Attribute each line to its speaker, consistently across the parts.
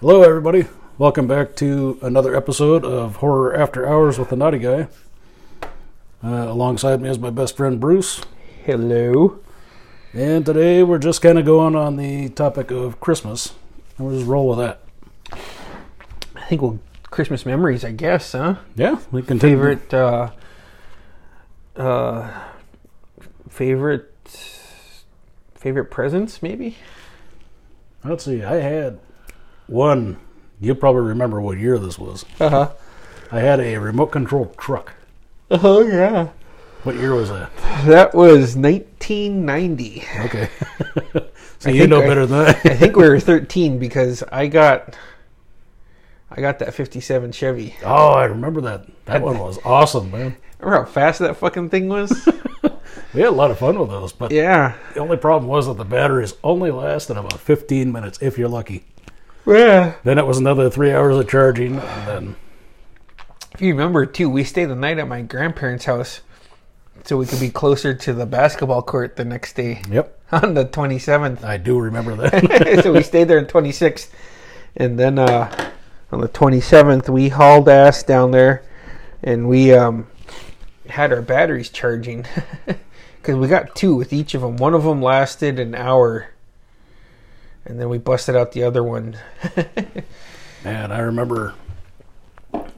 Speaker 1: Hello, everybody. Welcome back to another episode of Horror After Hours with the Naughty Guy. Uh, alongside me is my best friend Bruce,
Speaker 2: Hello.
Speaker 1: and today we're just kind of going on the topic of Christmas, and we'll just roll with that.
Speaker 2: I think we'll Christmas memories, I guess, huh?
Speaker 1: Yeah, we continue.
Speaker 2: Favorite uh uh favorite favorite presents maybe?
Speaker 1: Let's see. I had one. You probably remember what year this was.
Speaker 2: Uh-huh.
Speaker 1: I had a remote control truck.
Speaker 2: Oh yeah.
Speaker 1: What year was that?
Speaker 2: That was 1990.
Speaker 1: Okay. so
Speaker 2: I
Speaker 1: you
Speaker 2: think
Speaker 1: know
Speaker 2: I-
Speaker 1: better than
Speaker 2: I
Speaker 1: I.
Speaker 2: think we were 13 because I got I got that 57 Chevy.
Speaker 1: oh, I remember that. That one was awesome, man.
Speaker 2: Remember how fast that fucking thing was?
Speaker 1: We had a lot of fun with those, but
Speaker 2: yeah.
Speaker 1: The only problem was that the batteries only lasted about 15 minutes if you're lucky.
Speaker 2: Yeah.
Speaker 1: Then it was another three hours of charging, and then
Speaker 2: If you remember too, we stayed the night at my grandparents' house so we could be closer to the basketball court the next day
Speaker 1: yep,
Speaker 2: on the 27th.
Speaker 1: I do remember that.
Speaker 2: so we stayed there on 26th, and then uh, on the 27th we hauled ass down there, and we um, had our batteries charging because we got two with each of them. One of them lasted an hour, and then we busted out the other one.
Speaker 1: and I remember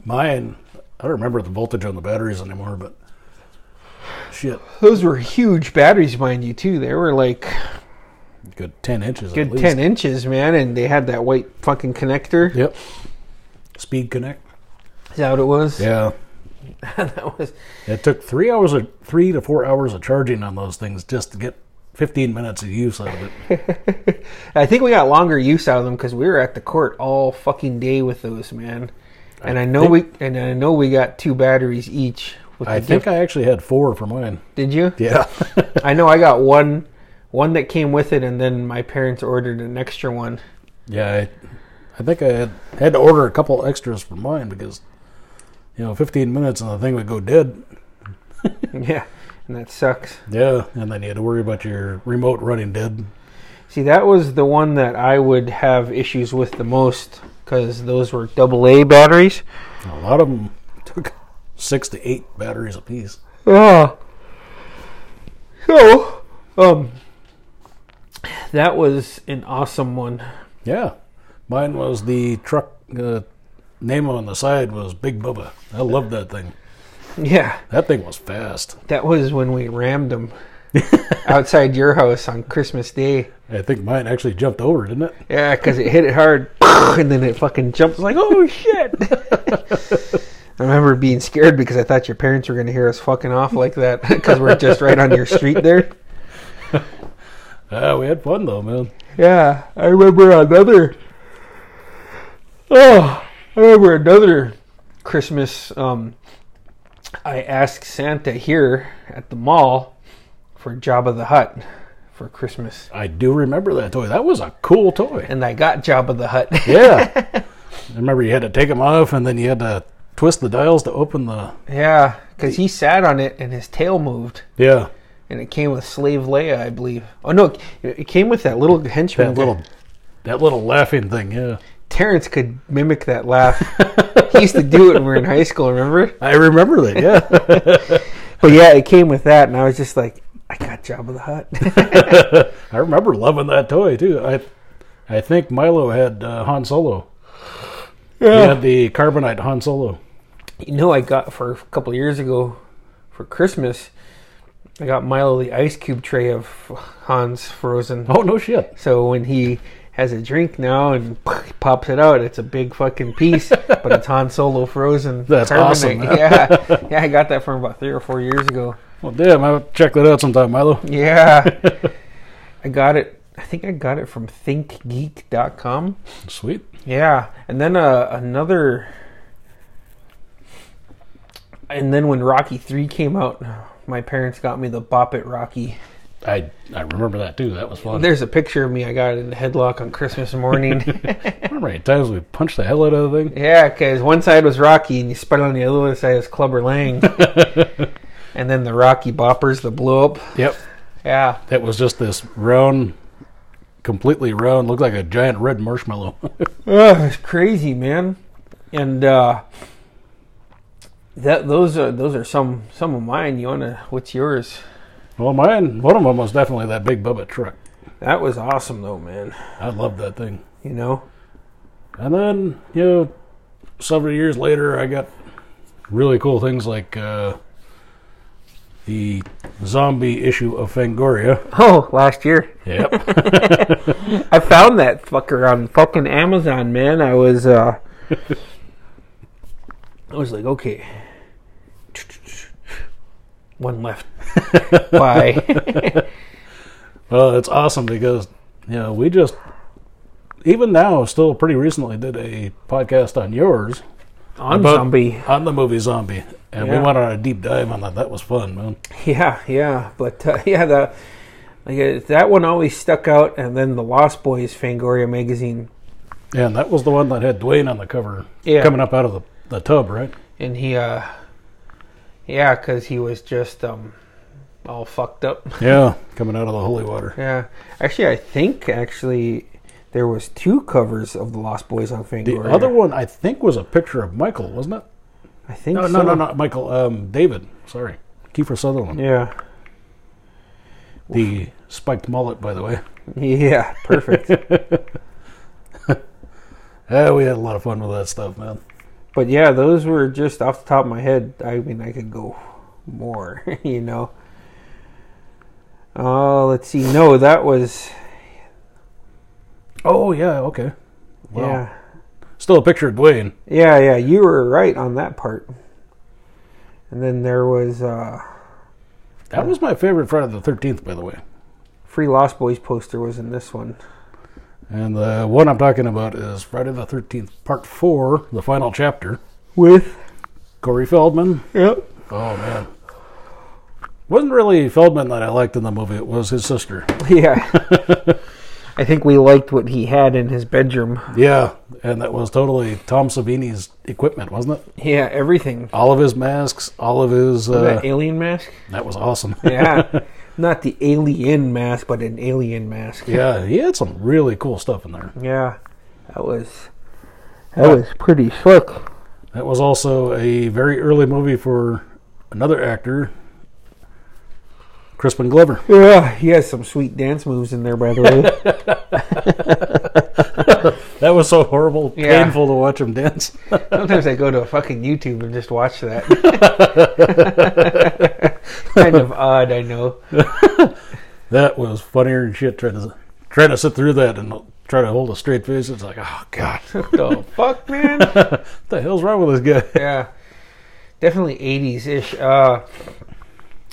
Speaker 1: mine. I don't remember the voltage on the batteries anymore, but shit,
Speaker 2: Those were huge batteries, mind you, too. They were like
Speaker 1: good 10 inches. at
Speaker 2: good
Speaker 1: least.
Speaker 2: 10 inches man and they had that white fucking connector
Speaker 1: Yep. Speed connect.
Speaker 2: is that what it was
Speaker 1: Yeah,
Speaker 2: that was
Speaker 1: it took three hours or three to four hours of charging on those things just to get 15 minutes of use out of it.
Speaker 2: i think we got longer use out of them because we were at the court all fucking day with those man and i, know we and i know we got two batteries each with
Speaker 1: I
Speaker 2: the
Speaker 1: think
Speaker 2: gift.
Speaker 1: I actually had four for mine.
Speaker 2: did you
Speaker 1: Yeah.
Speaker 2: i know i got one one that came with it and then my parents ordered an extra one
Speaker 1: Yeah, I, I think I had, had to order a couple extras for mine because, you know, 15 minutes and the thing would go dead.
Speaker 2: yeah and that sucks
Speaker 1: Yeah, and then you had to worry about your remote running dead.
Speaker 2: See, that was the one that I would have issues with the most because those were double A batteries.
Speaker 1: A lot of them took six to eight batteries apiece.
Speaker 2: Yeah. Ah. So, um, that was an awesome one.
Speaker 1: Yeah, mine was the truck. Uh, name on the side was Big Bubba. I loved that thing.
Speaker 2: Yeah,
Speaker 1: That thing was fast.
Speaker 2: that was when we rammed them outside your house on Christmas Day.
Speaker 1: I think mine actually jumped over, didn't it?
Speaker 2: Yeah, because it hit it hard, and then it fucking jumped. Like, oh shit! I remember being scared because I thought your parents were going to hear us fucking off like that because we're just right on your street there.
Speaker 1: Ah, we had fun though, man.
Speaker 2: Yeah, I remember another. Oh, I remember another Christmas. Um, I asked Santa here at the mall for Jabba the Hutt for Christmas,
Speaker 1: I do remember that toy. That was a cool toy.
Speaker 2: and I got Jabba the Hutt.
Speaker 1: Yeah. I remember you had to take them off and then you had to twist the dials to open the.
Speaker 2: yeah, because he sat on it and his tail moved,
Speaker 1: Yeah.
Speaker 2: and it came with Slave Leia, I believe. Oh no, it it came with that little henchman.
Speaker 1: That
Speaker 2: guy.
Speaker 1: little that little laughing thing, yeah.
Speaker 2: Terrence could mimic that laugh. he used to do it when we were in high school. Remember?
Speaker 1: I remember that, yeah.
Speaker 2: But yeah, it came with that, and I was just like, I got Jabba the Hutt.
Speaker 1: I remember loving that toy too. I I think Milo had uh, Han Solo. He had the carbonite Han Solo.
Speaker 2: you know, I got for a couple of years ago for Christmas, I got Milo the ice cube tray of Hans frozen.
Speaker 1: Oh no shit.
Speaker 2: So when he has a drink now and pops it out, it's a big fucking piece, but it's Han Solo frozen.
Speaker 1: That's awesome, man.
Speaker 2: Yeah, yeah, I got that from about three or four years ago.
Speaker 1: Well damn, I'll check that out sometime, Milo.
Speaker 2: Yeah, I got it. I think I got it from ThinkGeek.com.
Speaker 1: Sweet.
Speaker 2: Yeah, and then uh, another, and then when Rocky Three came out, my parents got me the Bop It Rocky.
Speaker 1: I I remember that too. That was fun.
Speaker 2: There's a picture of me. I got it in a headlock on Christmas morning.
Speaker 1: I remember how many times we punched the hell out of the thing.
Speaker 2: yeah, because one side was Rocky, and you spun on the other side was Clubber Lang, and then the Rocky Boppers, the blow up.
Speaker 1: Yep.
Speaker 2: Yeah,
Speaker 1: That was just this round completely round, looked like a giant red marshmallow.
Speaker 2: Ugh, it's crazy, man. And uh, that those are those are some some of mine. You wanna? What's yours?
Speaker 1: well, mine, one of them was definitely that big Bubba truck.
Speaker 2: That was awesome, though, man.
Speaker 1: I loved that thing.
Speaker 2: You know,
Speaker 1: And then, you know, several years later, I got really cool things like uh, the zombie issue of Fangoria.
Speaker 2: Oh, last year.
Speaker 1: Yep.
Speaker 2: I found that fucker on fucking Amazon, man. I was uh I was like, okay. One left. Bye.
Speaker 1: well, it's awesome because, you know, we just, even now, still pretty recently, did a podcast on yours
Speaker 2: on
Speaker 1: About-
Speaker 2: zombie.
Speaker 1: on the movie Zombie. And we
Speaker 2: Yeah.
Speaker 1: went on a deep dive on that. That was fun, man.
Speaker 2: Yeah, yeah. But uh, yeah, the like, uh, that one always stuck out and then the Lost Boys Fangoria magazine.
Speaker 1: And that was the one that had Dwayne on the cover
Speaker 2: Yeah.
Speaker 1: coming up out of the, the tub, right?
Speaker 2: And he uh yeah, cuz he was just um all fucked up.
Speaker 1: Yeah, coming out of the holy water.
Speaker 2: Yeah, actually, I think actually there was two covers of the Lost Boys on
Speaker 1: The
Speaker 2: Fangoria.
Speaker 1: other one, I think, was a picture of Michael, wasn't it?
Speaker 2: I think
Speaker 1: No,
Speaker 2: so.
Speaker 1: no, no, not Michael. Um, David. Sorry, Kiefer Sutherland.
Speaker 2: Yeah,
Speaker 1: The spiked mullet, by the way.
Speaker 2: yeah, perfect.
Speaker 1: Yeah, Eh, we had a lot of fun with that stuff, man.
Speaker 2: but yeah, those were just off the top of my head. I mean, I could go more, you know. Oh, let's see. No, that was
Speaker 1: Oh yeah, okay. Wow.
Speaker 2: yeah,
Speaker 1: Still a picture of Dwayne.
Speaker 2: yeah, yeah. You were right on that part. And then there was uh,
Speaker 1: That was my favorite Friday the Thirteenth, by the way.
Speaker 2: Free Lost Boys poster was in this one.
Speaker 1: And the one I'm talking about is Friday the Thirteenth Part Four, the final chapter.
Speaker 2: With
Speaker 1: Corey Feldman.
Speaker 2: yep.
Speaker 1: Oh man. Wasn't really Feldman that I liked in the movie. It was his sister.
Speaker 2: Yeah. I think we liked what he had in his bedroom.
Speaker 1: Yeah, and that was totally Tom Savini's equipment, wasn't it?
Speaker 2: Yeah, everything.
Speaker 1: all of his masks, all of his. Uh,
Speaker 2: that alien mask?
Speaker 1: that was awesome.
Speaker 2: Yeah. Not the alien mask, but an alien mask.
Speaker 1: yeah, he had some really cool stuff in there.
Speaker 2: Yeah. That was that was pretty slick.
Speaker 1: That was also a very early movie for another actor, Crispin Glover.
Speaker 2: Yeah, he has some sweet dance moves in there by the way.
Speaker 1: That was so horrible,
Speaker 2: Yeah.
Speaker 1: painful to watch him dance.
Speaker 2: Sometimes I go to fucking YouTube and just watch that. kind of odd, I know.
Speaker 1: That was funnier than shit. Trying to trying to sit through that and try to hold a straight face. It's like, oh god, what
Speaker 2: The fuck, man?
Speaker 1: the hell's wrong with this guy?
Speaker 2: yeah definitely 80s ish uh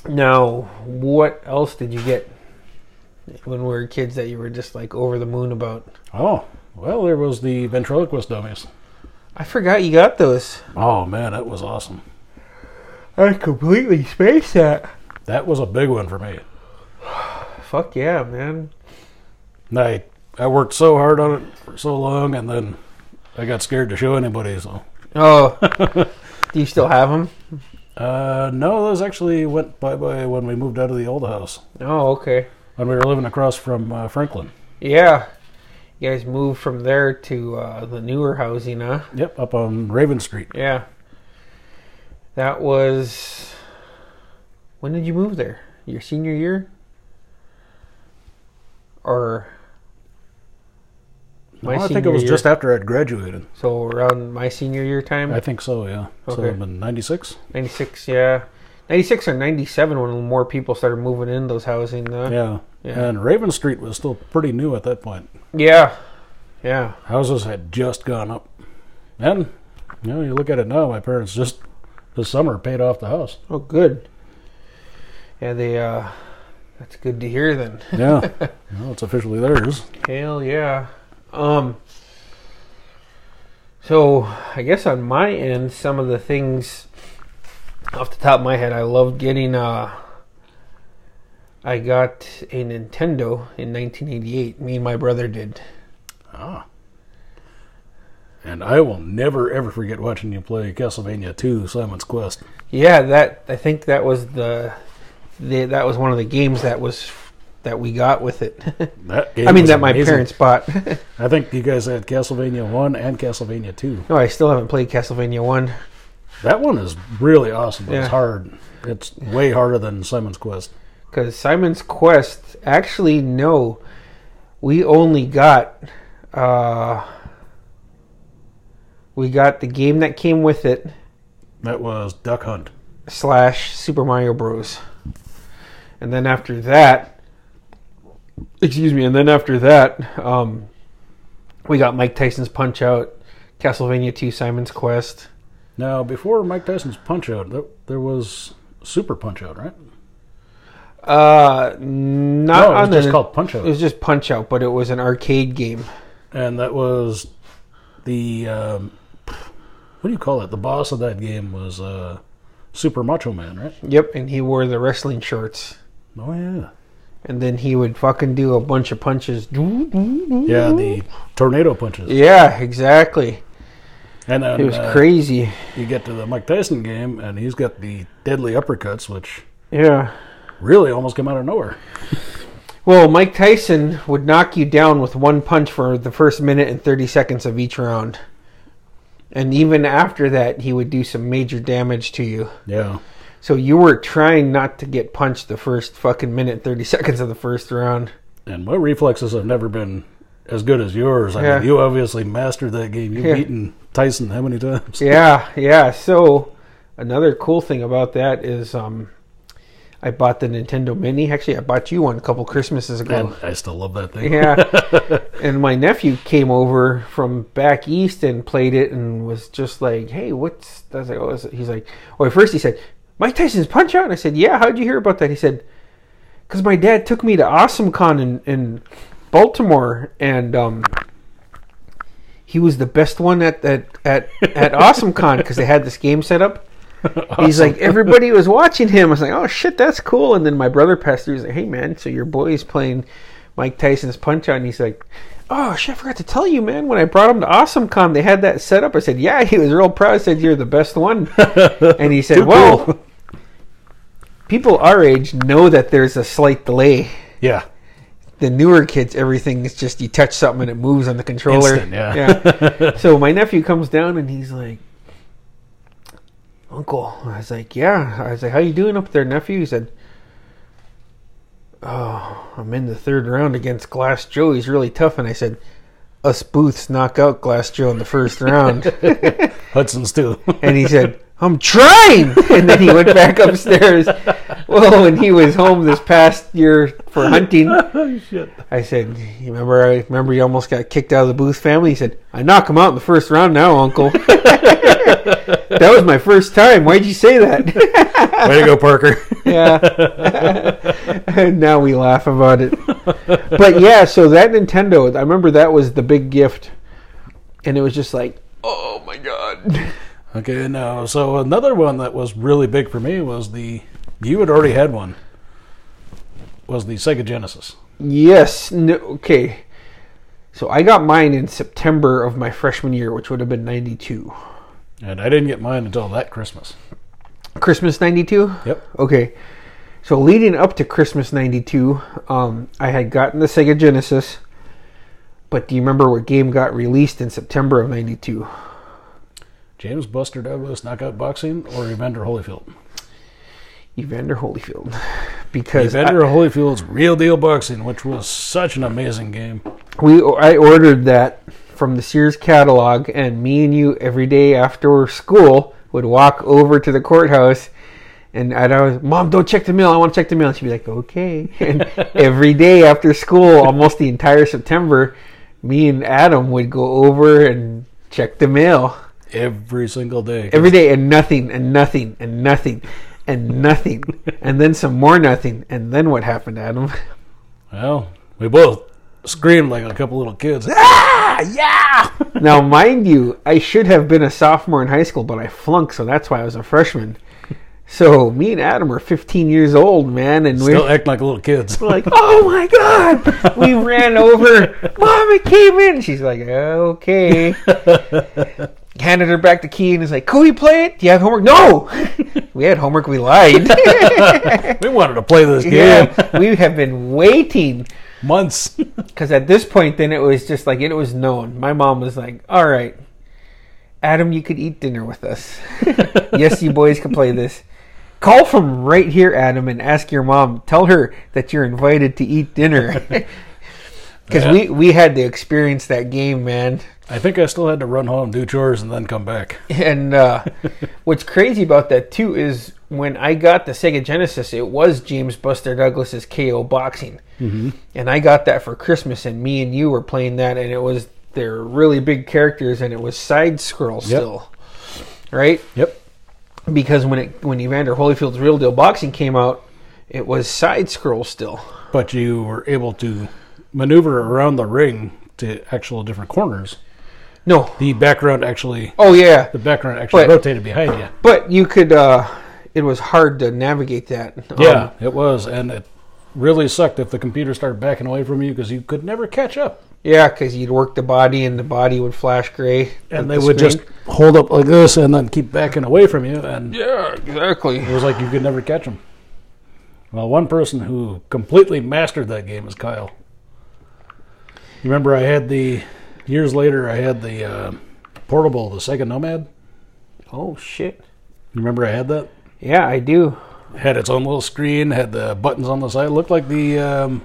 Speaker 2: now what else did you get when we were kids that you were just like over the moon about
Speaker 1: Oh, well, there was the ventriloquist dummies.
Speaker 2: i forgot you got those
Speaker 1: Oh man, that was awesome.
Speaker 2: i completely spaced that
Speaker 1: That was a big one for me.
Speaker 2: fuck yeah man
Speaker 1: And I I worked so hard on it for so long, and then I got scared to show anybody. So
Speaker 2: oh do you still have them
Speaker 1: uh, no, those actually went bye bye when we moved out of the old house
Speaker 2: oh okay
Speaker 1: when we were living across from uh, Franklin.
Speaker 2: yeah you guys moved from there to uh, the newer housing huh
Speaker 1: Yep, up on Raven Street.
Speaker 2: yeah that was when did you move there your senior year or my
Speaker 1: Well, I think it
Speaker 2: senior
Speaker 1: was
Speaker 2: year.
Speaker 1: just after I'd graduated.
Speaker 2: so around my senior year time
Speaker 1: I think so. Yeah. So
Speaker 2: Okay.
Speaker 1: I'm in '96.
Speaker 2: 96 yeah 96 or 97 when more people started moving in those housing uh,
Speaker 1: Yeah.
Speaker 2: Yeah.
Speaker 1: And Raven Street was still pretty new at that point.
Speaker 2: yeah yeah
Speaker 1: Houses had just gone up, and you know, you look at it now. My parents just this summer paid off the house.
Speaker 2: oh good yeah they uh that's good to hear then
Speaker 1: Yeah, well, it's officially theirs.
Speaker 2: Hell yeah. Um. So I guess on my end, some of the things off the top of my head, I loved getting. Uh, I got a Nintendo in 1988. Me and my brother did.
Speaker 1: Ah. And I will never ever forget watching you play Castlevania 2 Simon's Quest.
Speaker 2: Yeah, that I think that was the, the that was one of the games that was that we got with it.
Speaker 1: That game
Speaker 2: I mean,
Speaker 1: was
Speaker 2: that my
Speaker 1: amazing.
Speaker 2: parents bought.
Speaker 1: I think you guys had Castlevania 1 and Castlevania 2.
Speaker 2: no, I still haven't played Castlevania 1.
Speaker 1: That one is really awesome. but
Speaker 2: Yeah.
Speaker 1: It's hard. It's way harder than Simon's Quest.
Speaker 2: Because Simon's Quest, actually, no. We only got. Uh, we got the game that came with it,
Speaker 1: That was Duck Hunt.
Speaker 2: slash Super Mario Bros. And then after that, excuse me, and then after that, um, we got Mike Tyson's Punch Out, Castlevania 2 Simon's Quest.
Speaker 1: Now, before Mike Tyson's Punch Out, there, there was Super Punch Out, right?
Speaker 2: Uh, not
Speaker 1: No, it was
Speaker 2: on
Speaker 1: just
Speaker 2: the,
Speaker 1: called Punch Out.
Speaker 2: It was just Punch Out, but it was an arcade game.
Speaker 1: and that was the um, what do you call it? The boss of that game was uh, Super Macho Man, right?
Speaker 2: Yep, and he wore the wrestling shorts.
Speaker 1: Oh yeah,
Speaker 2: And then he would fucking do a bunch of punches.
Speaker 1: yeah. The tornado punches,
Speaker 2: Yeah, exactly.
Speaker 1: and then
Speaker 2: It was
Speaker 1: uh,
Speaker 2: crazy.
Speaker 1: you get to the Mike Tyson game, and he's got the deadly uppercuts, which
Speaker 2: Yeah.
Speaker 1: really almost came out of nowhere.
Speaker 2: Well, Mike Tyson would knock you down with one punch for the first minute and 30 seconds of each round. And even after that, he would do some major damage to you.
Speaker 1: Yeah,
Speaker 2: So you were trying not to get punched the first fucking minute, 30 seconds of the first round.
Speaker 1: and my reflexes have never been as good as yours. I
Speaker 2: Yeah.
Speaker 1: mean, you obviously mastered that game. You've
Speaker 2: Yeah.
Speaker 1: beaten Tyson how many times?
Speaker 2: Yeah, yeah. So another cool thing about that is um, I bought the Nintendo Mini. Actually, I bought you one a couple Christmases ago.
Speaker 1: And I still love that thing.
Speaker 2: Yeah. and my nephew came over from back east and played it and was just like, hey, what's. I was like, oh, is it-" he's like, well, at first he said, Mike Tyson's Punch Out? And I said, yeah, how'd you hear about that? He said, because my dad took me to AwesomeCon in, in Baltimore and. um he was the best one at at at, at AwesomeCon because they had this game set up. He's like everybody was watching him. I was like, oh shit, that's cool. And then my brother passed through. He's like, hey man, so your boy's playing Mike Tyson's Punch Out, and he's like, oh shit, I forgot to tell you, man. When I brought him to AwesomeCon, they had that set up. I said, yeah, he was real proud. I said, you're the best one. and he said,
Speaker 1: Too
Speaker 2: well,
Speaker 1: cool.
Speaker 2: people our age know that there's a slight delay.
Speaker 1: yeah.
Speaker 2: The newer kids, everything is just you touch something and it moves on the controller.
Speaker 1: Instant, yeah.
Speaker 2: Yeah. so my nephew comes down and he's like, "Uncle," I was like, "Yeah." I was like, "How you doing up there, nephew?" He said, "Oh, I'm in the third round against Glass Joe. He's really tough." And I said, "Us Booths knock out Glass Joe in the first round."
Speaker 1: Hudson's too.
Speaker 2: and he said, "I'm trying." And then he went back upstairs. Well, when he was home this past year for hunting,
Speaker 1: oh shit.
Speaker 2: I said, "You remember? I remember you almost got kicked out of the Booth family." He said, "I knock him out in the first round now, Uncle." that was my first time. Why'd you say that?
Speaker 1: Way to go, Parker.
Speaker 2: yeah. and now we laugh about it. But yeah, so that Nintendo, I remember that was the big gift, and it was just like, "Oh my god."
Speaker 1: Okay, now so another one that was really big for me was the you had already had one was the Sega Genesis.
Speaker 2: Yes. No, okay. So I got mine in September of my freshman year, which would have been 92.
Speaker 1: And I didn't get mine until that Christmas.
Speaker 2: Christmas 92?
Speaker 1: Yep.
Speaker 2: Okay. So leading up to Christmas 92, um, I had gotten the Sega Genesis. But do you remember what game got released in September of 92?
Speaker 1: James Buster Douglas knockout boxing or Evander Holyfield.
Speaker 2: Evander Holyfield. Because I-
Speaker 1: Evander Holyfield's real deal boxing, which was such an amazing game.
Speaker 2: we I ordered that from the Sears catalog, and me and you every day after school would walk over to the courthouse, and I'd always, Mom, don't check the mail. I want to check the mail. And she'd be like, Okay. And every day after school, almost the entire September, me and Adam would go over and check the mail
Speaker 1: Every single day.
Speaker 2: every day, and nothing, and nothing, and nothing, and nothing, and then some more nothing, and then what happened, Adam?
Speaker 1: well, we both screamed like a couple little kids.
Speaker 2: Now, mind you, I should have been a sophomore in high school, but I flunked, so that's why I was a freshman. So me and Adam are 15 years old, man, and we
Speaker 1: Still
Speaker 2: we're
Speaker 1: act like little kids.
Speaker 2: like, "Oh my god, we ran over, mom! It came in." She's like, "Okay." Handed her back the key and is like, "Could we play it? Do you have homework?" No, We had homework. We lied.
Speaker 1: We wanted to play this game
Speaker 2: yeah, we have been waiting
Speaker 1: months.
Speaker 2: because at this point, then it was just like it was known. My mom was like, "All right, Adam, you could eat dinner with us. yes, you boys can play this. Call from right here, Adam, and ask your mom. Tell her that you're invited to eat dinner." Because
Speaker 1: Yeah.
Speaker 2: we, we had to experience that game, man.
Speaker 1: I think I still had to run home, do chores, and then come back.
Speaker 2: And uh, what's crazy about that too is when I got the Sega Genesis, it was James Buster Douglas's KO Boxing, mm-hmm. and I got that for Christmas. And me and you were playing that, and it was they're really big characters, and it was side scroll still, right?
Speaker 1: Yep.
Speaker 2: Because when it when Evander Holyfield's Real Deal Boxing came out, it was side scroll still.
Speaker 1: But you were able to maneuver around the ring to actual different corners.
Speaker 2: No,
Speaker 1: The background actually,
Speaker 2: oh yeah,
Speaker 1: the background actually
Speaker 2: But-
Speaker 1: rotated behind you.
Speaker 2: but you could. uh It was hard to navigate that. Um,
Speaker 1: Yeah, it was, and it really sucked if the computer started backing away from you because you could never catch up.
Speaker 2: Yeah, because you'd work the body and the body would flash gray.
Speaker 1: And
Speaker 2: with
Speaker 1: they
Speaker 2: the
Speaker 1: would
Speaker 2: screen.
Speaker 1: just hold up like this and then keep backing away from you, and
Speaker 2: Yeah, exactly.
Speaker 1: it was like you could never catch them. Well, one person who completely mastered that game is Kyle. You remember I had the years later I had the uh, portable, the Sega Nomad.
Speaker 2: Oh, shit.
Speaker 1: You remember I had that?
Speaker 2: Yeah, I do.
Speaker 1: Had its own little screen, had the buttons on the side. Looked like the um,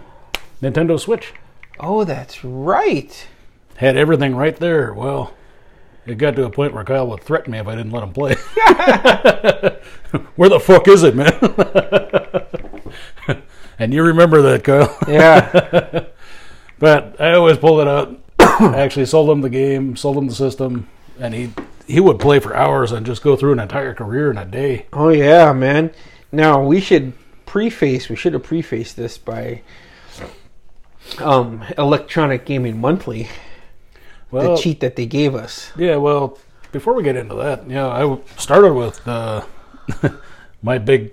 Speaker 1: Nintendo Switch.
Speaker 2: Oh, that's right.
Speaker 1: Had everything right there. Well, it got to a point where Kyle would threaten me if I didn't let him play. where the fuck is it, man? and you remember that, Kyle.
Speaker 2: Yeah.
Speaker 1: But I always pulled it out. I actually sold him the game, sold him the system, and he he would play for hours and just go through an entire career in a day.
Speaker 2: oh, yeah, man. Now, we should preface, we should have prefaced this by um Electronic Gaming Monthly,
Speaker 1: Well,
Speaker 2: the cheat that they gave us.
Speaker 1: yeah. Well, before we get into that, yeah, I w- started with uh, my big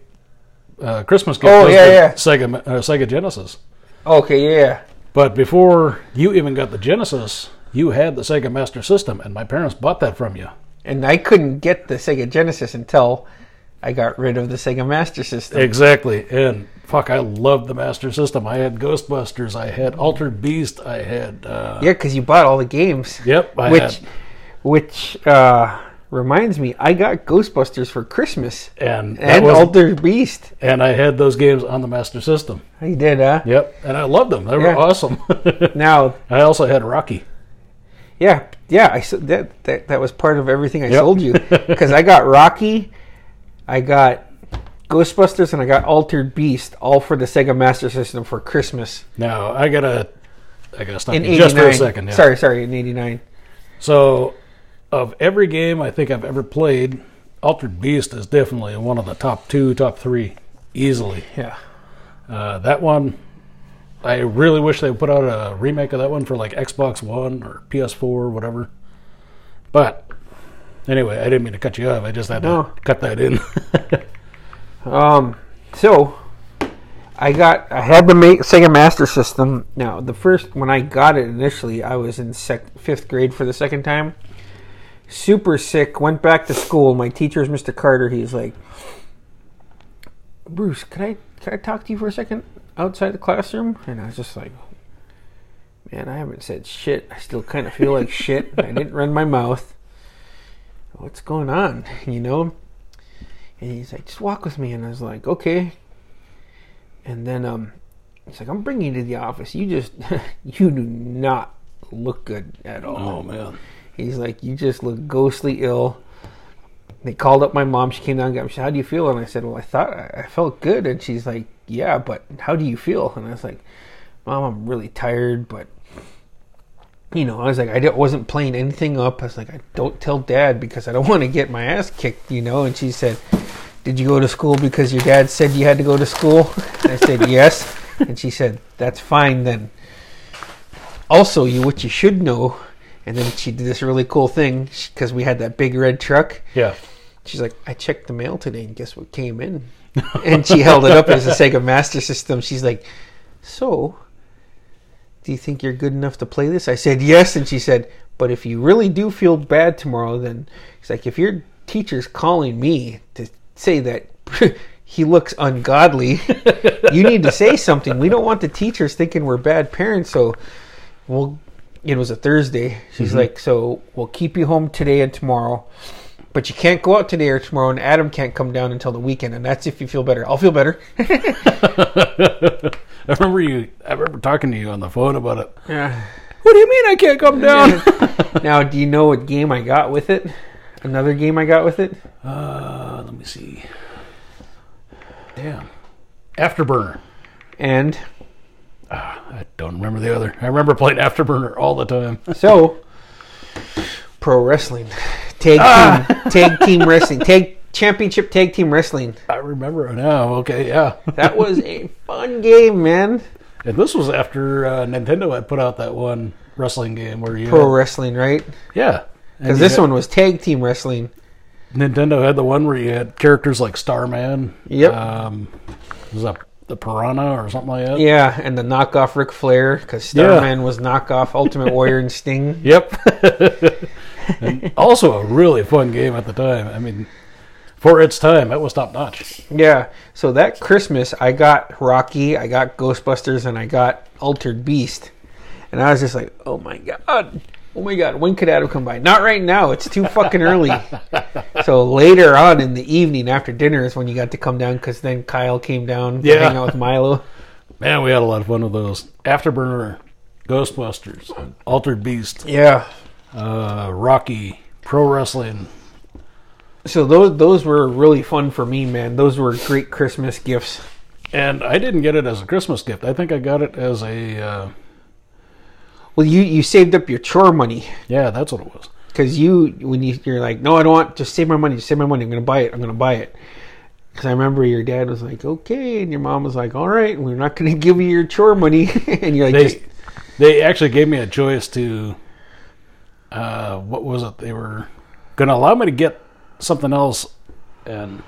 Speaker 1: uh, Christmas gift.
Speaker 2: Oh,
Speaker 1: was
Speaker 2: yeah,
Speaker 1: the
Speaker 2: yeah.
Speaker 1: Sega uh, Sega Genesis.
Speaker 2: Okay, yeah.
Speaker 1: But before you even got the Genesis, you had the Sega Master System, and my parents bought that from you.
Speaker 2: And I couldn't get the Sega Genesis until I got rid of the Sega Master System.
Speaker 1: Exactly. And fuck, I loved the Master System. I had Ghostbusters. I had Altered Beast. I had. Uh,
Speaker 2: Yeah, because you bought all the games.
Speaker 1: Yep. I
Speaker 2: which,
Speaker 1: had.
Speaker 2: which uh, reminds me, I got Ghostbusters for Christmas
Speaker 1: And, that
Speaker 2: and
Speaker 1: was,
Speaker 2: Alter Beast.
Speaker 1: and I had those games on the Master System.
Speaker 2: I did, huh?
Speaker 1: Yep. And I loved them. They were
Speaker 2: Yeah.
Speaker 1: awesome.
Speaker 2: Now,
Speaker 1: I also had Rocky.
Speaker 2: yeah, yeah, I s- that that that was part of everything I
Speaker 1: Yep.
Speaker 2: sold you because I got Rocky, I got Ghostbusters, and I got Altered Beast, all for the Sega Master System for Christmas
Speaker 1: Now, I got to. I gotta stop
Speaker 2: in
Speaker 1: you
Speaker 2: '89.
Speaker 1: just for a second. Yeah.
Speaker 2: Sorry, sorry, in '89.
Speaker 1: So, of every game I think I've ever played, Altered Beast is definitely one of the top two, top three, easily.
Speaker 2: Yeah,
Speaker 1: Uh, that one, I really wish they would put out a remake of that one for like Xbox One or PS4 or whatever. But anyway, I didn't mean to cut you off. I just had
Speaker 2: No.
Speaker 1: to cut that in.
Speaker 2: Um, so I got I had the Ma- Sega Master System. Now the first when I got it initially, I was in sec- fifth grade for the second time. Super sick. Went back to school. My teacher's Mr. Carter. He's like, Bruce, can I can I talk to you for a second outside the classroom? And I was just like, Man, I haven't said shit. I still kind of feel like shit. I didn't run my mouth. What's going on? You know. And he's like, just walk with me. And I was like, okay. And then um, he's like, I'm bringing you to the office. You just, you do not look good at all.
Speaker 1: oh man,
Speaker 2: He's like, you just look ghostly ill. They called up my mom. She came down and got me. She said, how do you feel? And I said, well, I thought I I felt good. And she's like, yeah, but how do you feel? And I was like, mom, I'm really tired, but you know, I was like, I di- wasn't playing anything up. I was like, I don't tell dad because I don't want to get my ass kicked, you know. And she said, Did you go to school because your dad said you had to go to school? And I said, Yes. And she said, That's fine then. Also, you what you should know. And then she did this really cool thing because we had that big red truck.
Speaker 1: yeah.
Speaker 2: She's like, I checked the mail today and guess what came in? and she held it up as a Sega Master System. She's like, So, do you think you're good enough to play this? I said, Yes. And she said, But if you really do feel bad tomorrow, then she's like, If your teacher's calling me to say that he looks ungodly. you need to say something. We don't want the teachers thinking we're bad parents. So, well, it was a Thursday. She's like, so we'll keep you home today and tomorrow, but you can't go out today or tomorrow, and Adam can't come down until the weekend. And that's if you feel better. I'll feel better.
Speaker 1: I remember you. I remember talking to you on the phone about it.
Speaker 2: Yeah.
Speaker 1: What do you mean I can't come down?
Speaker 2: now, do you know what game I got with it? Another game I got with it?
Speaker 1: uh, let me see. Damn. Afterburner.
Speaker 2: And
Speaker 1: I don't remember the other. I remember playing Afterburner all the time.
Speaker 2: so, pro wrestling, tag team, tag team wrestling, tag championship tag team wrestling.
Speaker 1: I remember it now. Okay, yeah.
Speaker 2: That was a fun game, man.
Speaker 1: And this was after uh, Nintendo had put out that one wrestling game where you.
Speaker 2: Pro wrestling, right?
Speaker 1: yeah. And
Speaker 2: Because
Speaker 1: you
Speaker 2: this
Speaker 1: had-
Speaker 2: one was tag team wrestling.
Speaker 1: Nintendo had the one where you had characters like Starman.
Speaker 2: Yep.
Speaker 1: Um, was that the Piranha or something like that?
Speaker 2: Yeah, and the knockoff Ric Flair, because
Speaker 1: Yeah.
Speaker 2: Starman was knockoff Ultimate Warrior and Sting.
Speaker 1: Yep. and also a really fun game at the time. I mean, for its time, it was top notch.
Speaker 2: Yeah. So that Christmas, I got Rocky, I got Ghostbusters, and I got Altered Beast. And I was just like, oh my God. Oh my God. When could Adam come by? Not right now. It's too fucking early. so later on in the evening after dinner is when you got to come down because then Kyle came down to
Speaker 1: Yeah.
Speaker 2: hang out with Milo.
Speaker 1: Man, we had a lot of fun with those. Afterburner, Ghostbusters, Altered Beast,
Speaker 2: Yeah.
Speaker 1: uh, Rocky, Pro Wrestling.
Speaker 2: So those those were really fun for me, man. Those were great Christmas gifts.
Speaker 1: And I didn't get it as a Christmas gift. I think I got it as a. Uh,
Speaker 2: Well, you you saved up your chore money
Speaker 1: yeah, that's what it was.
Speaker 2: because you when you you're like, no, I don't want. Just save my money. Just save my money. I'm gonna buy it. I'm gonna buy it. Because I remember your dad was like, okay, and your mom was like, all right, we're not gonna give you your chore money, and you're like,
Speaker 1: They
Speaker 2: just
Speaker 1: they actually gave me a choice to. Uh, what was it? They were going to allow me to get something else, and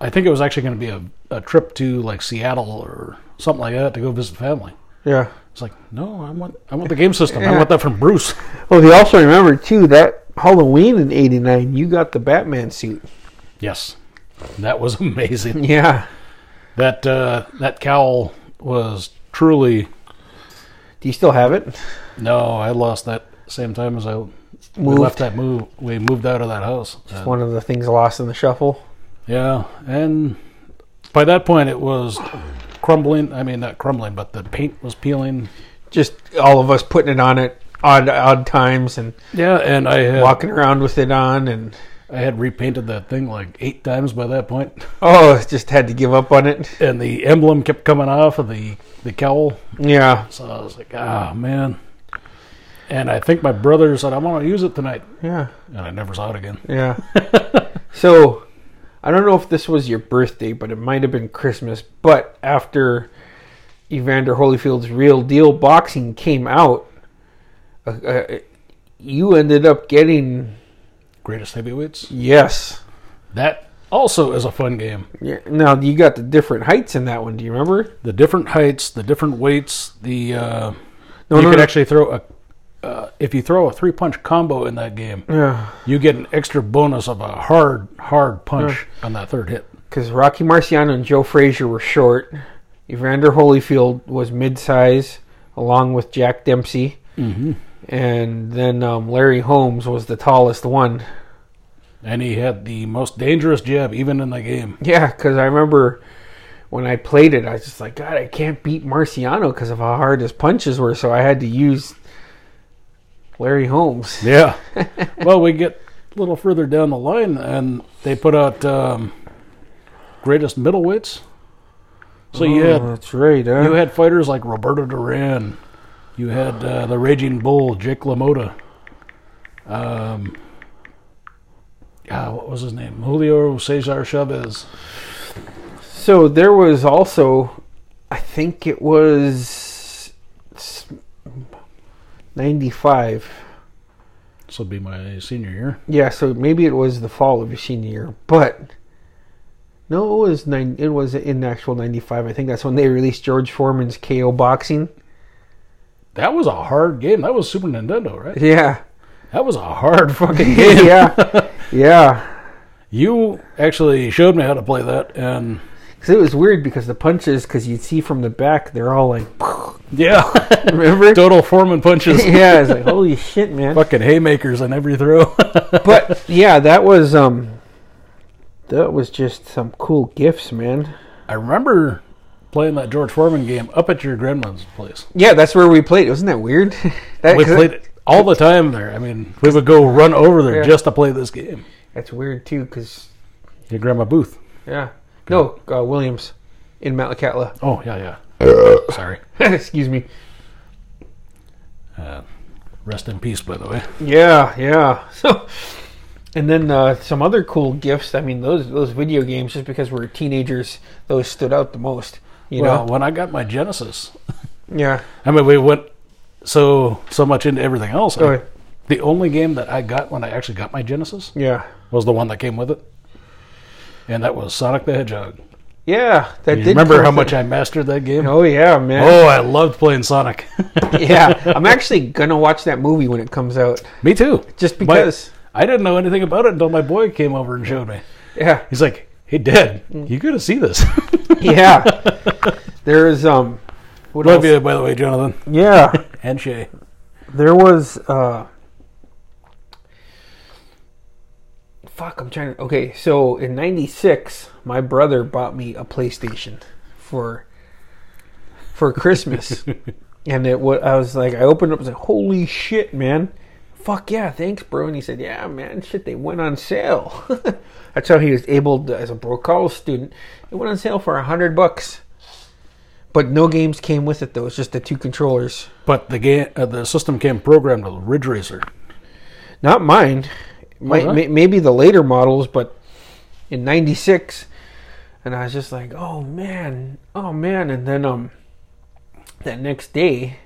Speaker 1: I think it was actually going to be a, a trip to like Seattle or something like that to go visit family.
Speaker 2: yeah.
Speaker 1: It's like no, I want I want the game system. I
Speaker 2: Yeah.
Speaker 1: want that from Bruce.
Speaker 2: Well, you Oh, also remember too that Halloween in '89, you got the Batman suit.
Speaker 1: Yes, that was amazing.
Speaker 2: Yeah.
Speaker 1: That uh, that cowl was truly
Speaker 2: Do you still have it?
Speaker 1: no. I lost that same time as I we
Speaker 2: Moved.
Speaker 1: left that move. We moved out of that house. Uh,
Speaker 2: One of the things lost in the shuffle.
Speaker 1: yeah, and by that point it was crumbling. I mean, not crumbling, but the paint was peeling.
Speaker 2: Just all of us putting it on at odd odd times and
Speaker 1: Yeah, and I had
Speaker 2: walking around with it on and
Speaker 1: I had repainted that thing like eight times by that point,
Speaker 2: oh just had to give up on it
Speaker 1: and the emblem kept coming off of the the cowl.
Speaker 2: yeah
Speaker 1: So I was like, ah man. And I think my brother said I want to use it tonight,
Speaker 2: yeah
Speaker 1: and I never saw it again.
Speaker 2: yeah so i don't know if this was your birthday but it might have been christmas but after evander holyfield's real deal boxing came out uh, uh, you ended up getting
Speaker 1: Greatest heavyweights.
Speaker 2: yes
Speaker 1: That also is a fun game.
Speaker 2: Yeah. now you got the different heights in that one do you remember
Speaker 1: The different heights, the different weights, the uh,
Speaker 2: No,
Speaker 1: you
Speaker 2: no,
Speaker 1: could
Speaker 2: no.
Speaker 1: actually throw a uh, if you throw a three punch combo in that game,
Speaker 2: yeah
Speaker 1: you get an extra bonus of a hard hard punch on that third hit.
Speaker 2: because Rocky Marciano and Joe Frazier were short. Evander Holyfield was mid-size, along with Jack Dempsey,
Speaker 1: Mm-hmm.
Speaker 2: and then um, Larry Holmes was the tallest one.
Speaker 1: And he had the most dangerous jab even in the game.
Speaker 2: Yeah, because I remember when I played it, I was just like, God, I can't beat Marciano because of how hard his punches were. So I had to use Larry Holmes.
Speaker 1: Yeah. well, we get a little further down the line, and they put out um, greatest middleweights. So you had
Speaker 2: Oh, that's right. Huh?
Speaker 1: You had fighters like Roberto Duran. You had uh, the Raging Bull, Jake LaMotta. Um, ah, what was his name? Julio Cesar Chavez.
Speaker 2: So there was also, I think it was s- 95.
Speaker 1: This will be my senior year.
Speaker 2: Yeah, so maybe it was the fall of your senior year, but no, it was nine. It was in actual '95. I think that's when they released George Foreman's KO Boxing.
Speaker 1: That was a hard game. That was Super Nintendo, right?
Speaker 2: Yeah,
Speaker 1: That was a hard fucking game.
Speaker 2: yeah, yeah.
Speaker 1: You actually showed me how to play that, and
Speaker 2: Because it was weird because the punches, because you'd see from the back, they're all like,
Speaker 1: yeah,
Speaker 2: remember?
Speaker 1: total Foreman punches,
Speaker 2: yeah, it's like holy shit, man.
Speaker 1: fucking haymakers on every throw.
Speaker 2: But yeah, that was um, that was just some cool gifts, man.
Speaker 1: I remember playing that George Foreman game up at your grandma's place.
Speaker 2: Yeah, that's where we played. Wasn't that weird? that,
Speaker 1: We
Speaker 2: 'cause
Speaker 1: played it all the time there. I mean, we would go run over there
Speaker 2: Yeah.
Speaker 1: just to play this game.
Speaker 2: That's weird too, because
Speaker 1: Your grandma Booth.
Speaker 2: yeah, no, uh, Williams in Mount Lacatla.
Speaker 1: Oh yeah, yeah. Sorry.
Speaker 2: Excuse me.
Speaker 1: Uh, rest in peace, by the way.
Speaker 2: Yeah, yeah. So, and then uh, some other cool gifts. I mean, those those video games, just because we're teenagers, those stood out the most. You
Speaker 1: well,
Speaker 2: know?
Speaker 1: when I got my Genesis,
Speaker 2: Yeah.
Speaker 1: I mean, we went so so much into everything else.
Speaker 2: Oh,
Speaker 1: The only game that I got when I actually got my Genesis
Speaker 2: yeah.
Speaker 1: was the one that came with it, and that was Sonic the Hedgehog.
Speaker 2: Yeah. That
Speaker 1: You
Speaker 2: did
Speaker 1: remember
Speaker 2: come
Speaker 1: how
Speaker 2: with
Speaker 1: much
Speaker 2: it.
Speaker 1: I mastered that game?
Speaker 2: Oh yeah, man.
Speaker 1: Oh, I loved playing Sonic.
Speaker 2: yeah. I'm actually gonna watch that movie when it comes out,
Speaker 1: me too.
Speaker 2: just
Speaker 1: My-
Speaker 2: because.
Speaker 1: I didn't know anything about it until my boy came over and showed me.
Speaker 2: Yeah.
Speaker 1: He's like, "Hey, Dad, you gotta see this."
Speaker 2: Yeah. there is um. What
Speaker 1: Love
Speaker 2: else?
Speaker 1: you, by the way, Jonathan
Speaker 2: Yeah.
Speaker 1: and Shay.
Speaker 2: There was uh Fuck, I'm trying to Okay, so in 96, my brother bought me a PlayStation for for Christmas. and it was I was like I opened it up and was like, "Holy shit, man." Fuck yeah, thanks, bro. And he said, "Yeah, man, shit, they went on sale." That's how he was able to, as a broke college student, it went on sale for a hundred bucks. But no games came with it though. It's just the two controllers.
Speaker 1: But the game, uh, the system came programmed with Ridge Racer.
Speaker 2: Not mine. Might,
Speaker 1: Alright.
Speaker 2: may, maybe the later models, but in '96, and I was just like, "Oh man, oh man!" And then um, that next day,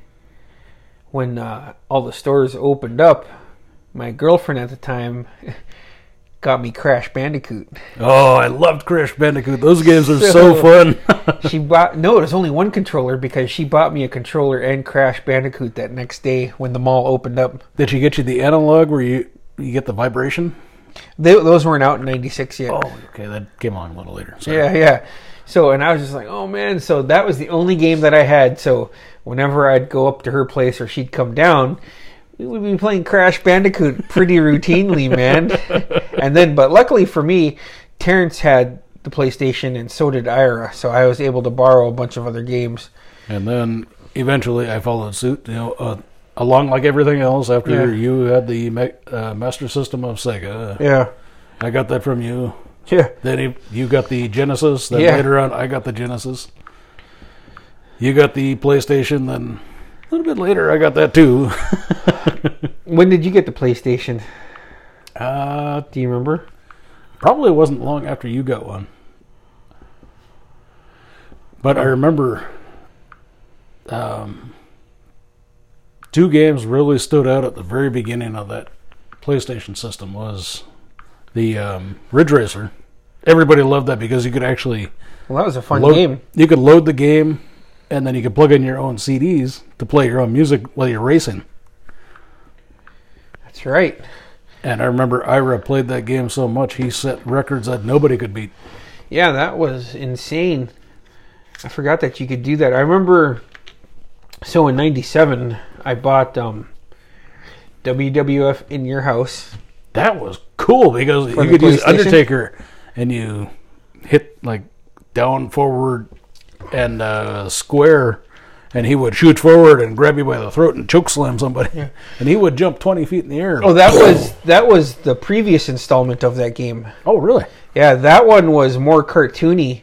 Speaker 2: when uh, all the stores opened up, my girlfriend at the time got me Crash Bandicoot.
Speaker 1: Oh, I loved Crash Bandicoot. Those games are so fun.
Speaker 2: she bought no, it was only one controller because she bought me a controller and Crash Bandicoot that next day when the mall opened up.
Speaker 1: Did she get you the analog where you you get the vibration?
Speaker 2: They, those weren't out in '96
Speaker 1: Oh,
Speaker 2: yet.
Speaker 1: okay, that came along a little later. Sorry.
Speaker 2: Yeah, yeah. So, and I was just like, oh man. So that was the only game that I had. So whenever I'd go up to her place or she'd come down, we would be playing Crash Bandicoot pretty routinely, man. and then, but luckily for me, Terrence had the PlayStation and so did Ira. So I was able to borrow a bunch of other games.
Speaker 1: And then eventually, I followed suit. You know, uh, along like everything else, after
Speaker 2: Yeah.
Speaker 1: you had the Ma- uh, Master System of Sega,
Speaker 2: Yeah.
Speaker 1: I got that from you.
Speaker 2: Yeah.
Speaker 1: Then you- you got the Genesis. Then
Speaker 2: Yeah.
Speaker 1: later on, I got the Genesis. You got the PlayStation. Then a little bit later, I got that too.
Speaker 2: When did you get the PlayStation?
Speaker 1: Uh,
Speaker 2: Do you remember?
Speaker 1: probably wasn't long after you got one. But I remember um, two games really stood out at the very beginning of that PlayStation system was the um, Ridge Racer. Everybody loved that because you could actually
Speaker 2: Well, that was a fun
Speaker 1: load,
Speaker 2: game.
Speaker 1: you could load the game and then you could plug in your own CDs to play your own music while you're racing.
Speaker 2: That's right.
Speaker 1: And I remember Ira played that game so much he set records that nobody could beat.
Speaker 2: Yeah, that was insane. I forgot that you could do that. I remember. So in '97, I bought um, WWF in your house.
Speaker 1: That was cool because
Speaker 2: For
Speaker 1: you
Speaker 2: the
Speaker 1: could use
Speaker 2: PlayStation?
Speaker 1: Undertaker and you hit like down, forward, and uh, square, and he would shoot forward and grab you by the throat and choke slam somebody, and he would jump twenty feet in the air.
Speaker 2: Oh, that was that was the previous installment of that game.
Speaker 1: oh, really?
Speaker 2: Yeah, that one was more cartoony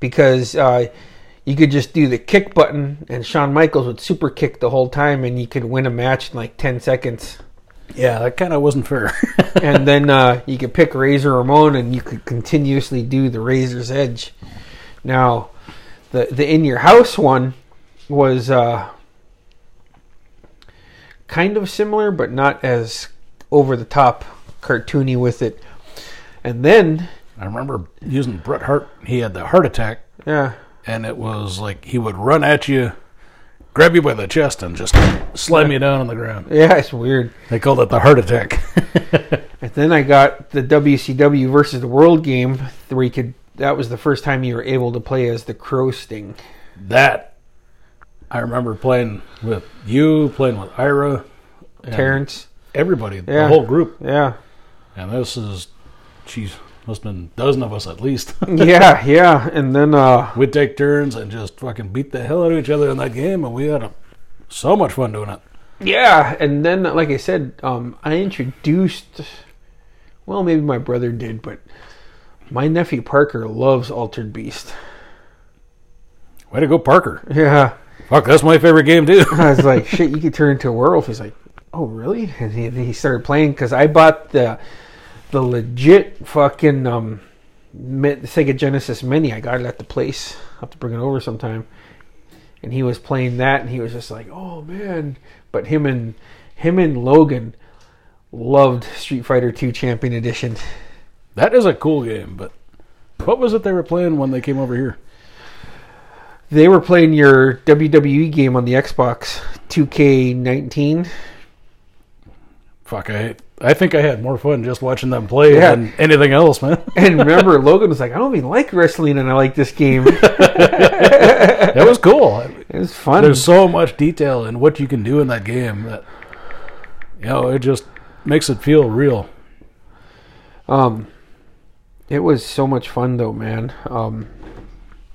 Speaker 2: because uh, you could just do the kick button, and Shawn Michaels would super kick the whole time, and you could win a match in like ten seconds.
Speaker 1: Yeah, that kind of wasn't fair.
Speaker 2: and then uh, you could pick Razor Ramon, and you could continuously do the Razor's Edge. Now, the the in your house one was uh, kind of similar, but not as over the top cartoony with it. And then,
Speaker 1: I remember using Bret Hart. He had the heart attack,
Speaker 2: yeah,
Speaker 1: and it was like he would run at you, grab you by the chest and just slam you down on the ground.
Speaker 2: Yeah, it's weird.
Speaker 1: They called it the heart attack.
Speaker 2: And then I got the WCW versus the World game, where you could. That was the first time you were able to play as the Crow Sting.
Speaker 1: that I remember playing with you, playing with Ira, and
Speaker 2: Terrence.
Speaker 1: everybody, the
Speaker 2: Yeah.
Speaker 1: whole group.
Speaker 2: Yeah.
Speaker 1: And this is, geez, must have been a dozen of us at least.
Speaker 2: yeah, yeah. And then uh
Speaker 1: We'd take turns and just fucking beat the hell out of each other in that game, and we had a, so much fun doing it.
Speaker 2: yeah, and then like I said, um I introduced well, maybe my brother did, but my nephew Parker loves Altered Beast.
Speaker 1: Way to go, Parker.
Speaker 2: Yeah.
Speaker 1: Fuck, that's my favorite game, too.
Speaker 2: I was like, shit, you could turn into a werewolf. He's like, oh, really? And he, he started playing because I bought the the legit fucking um, Mi- Sega Genesis Mini. I got it at the place. I'll have to bring it over sometime. And he was playing that, and he was just like, oh man. But him and him and Logan loved Street Fighter Two Champion Edition.
Speaker 1: that is a cool game, but what was it they were playing when they came over here?
Speaker 2: They were playing your WWE game on the Xbox 2K19.
Speaker 1: Fuck, I I think I had more fun just watching them play
Speaker 2: Yeah.
Speaker 1: than anything else, man.
Speaker 2: And remember, Logan was like, I don't even like wrestling, and I like this game.
Speaker 1: that was cool.
Speaker 2: It was fun.
Speaker 1: There's so much detail in what you can do in that game that you know it just makes it feel real.
Speaker 2: um, it was so much fun though, man. Um,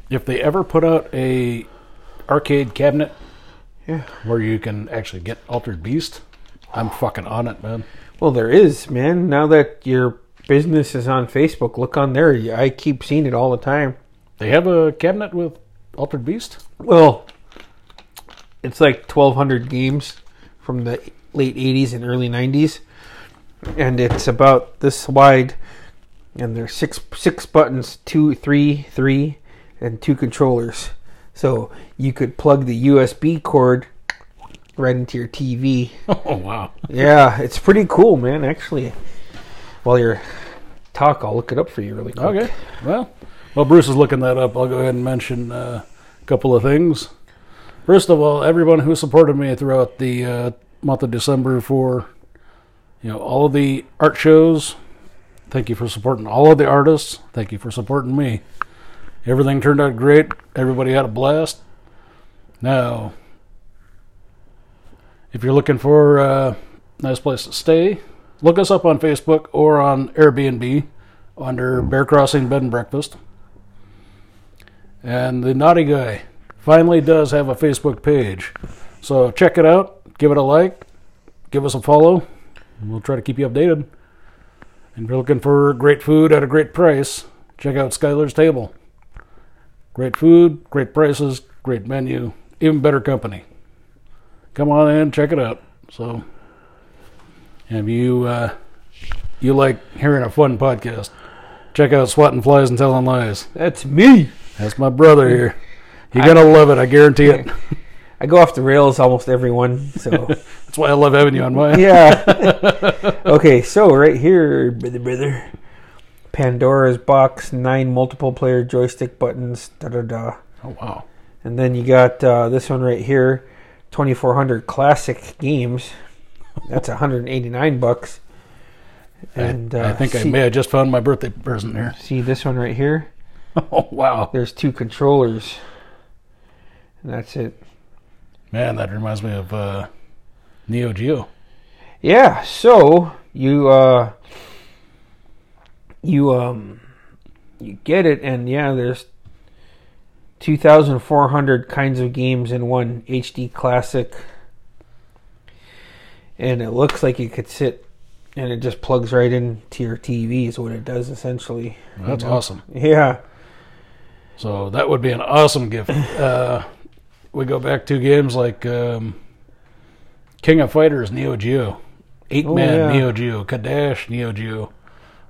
Speaker 1: If they ever put out a arcade cabinet
Speaker 2: yeah.
Speaker 1: where you can actually get Altered Beast, I'm fucking on it, man.
Speaker 2: Well, there is, man. Now that your business is on Facebook, look on there. Yeah, I keep seeing it all the time.
Speaker 1: They have a cabinet with Altered Beast.
Speaker 2: Well, it's like 1,200 games from the late 80s and early 90s, and it's about this wide. And there's six six buttons, two, three, three, and two controllers. So you could plug the USB cord right into your TV.
Speaker 1: Oh wow!
Speaker 2: yeah, it's pretty cool, man. Actually, while you're talk, I'll look it up for you really quick.
Speaker 1: Okay, well, while Bruce is looking that up, I'll go ahead and mention uh, a couple of things. First of all, everyone who supported me throughout the uh, month of December for you know all of the art shows, thank you for supporting all of the artists. Thank you for supporting me. Everything turned out great. Everybody had a blast. Now, if you're looking for a nice place to stay, look us up on Facebook or on Airbnb under Bear Crossing Bed and Breakfast. And the Naughty Guy finally does have a Facebook page. So check it out, give it a like, give us a follow, and we'll try to keep you updated. And if you're looking for great food at a great price, check out Skylar's Table. Great food, great prices, great menu, even better company. Come on in, check it out. So, have you uh, you like hearing a fun podcast, check out Swatting Flies and Telling Lies.
Speaker 2: That's me.
Speaker 1: That's my brother here. You're gonna love it, I guarantee it.
Speaker 2: I go off the rails almost every one, so.
Speaker 1: That's why I love having you on my
Speaker 2: yeah. okay, so right here, brother, brother, Pandora's box, nine multiple player joystick buttons, da da da.
Speaker 1: Oh wow.
Speaker 2: And then you got uh, this one right here, 2400 classic games. That's 189 bucks. And uh,
Speaker 1: I think I
Speaker 2: see,
Speaker 1: may have just found my birthday present here.
Speaker 2: see this one right here.
Speaker 1: Oh wow.
Speaker 2: There's two controllers. And that's it.
Speaker 1: Man, that reminds me of uh, Neo Geo.
Speaker 2: Yeah, so you uh you um you get it and yeah, there's 2400 kinds of games in one HD classic. And it looks like you could sit and it just plugs right into your TV is what it does essentially.
Speaker 1: That's awesome.
Speaker 2: Yeah.
Speaker 1: So that would be an awesome gift. Uh, we go back to games like um, King of Fighters Neo Geo, Eight
Speaker 2: Oh,
Speaker 1: Man
Speaker 2: yeah.
Speaker 1: Neo Geo, Kadash Neo Geo.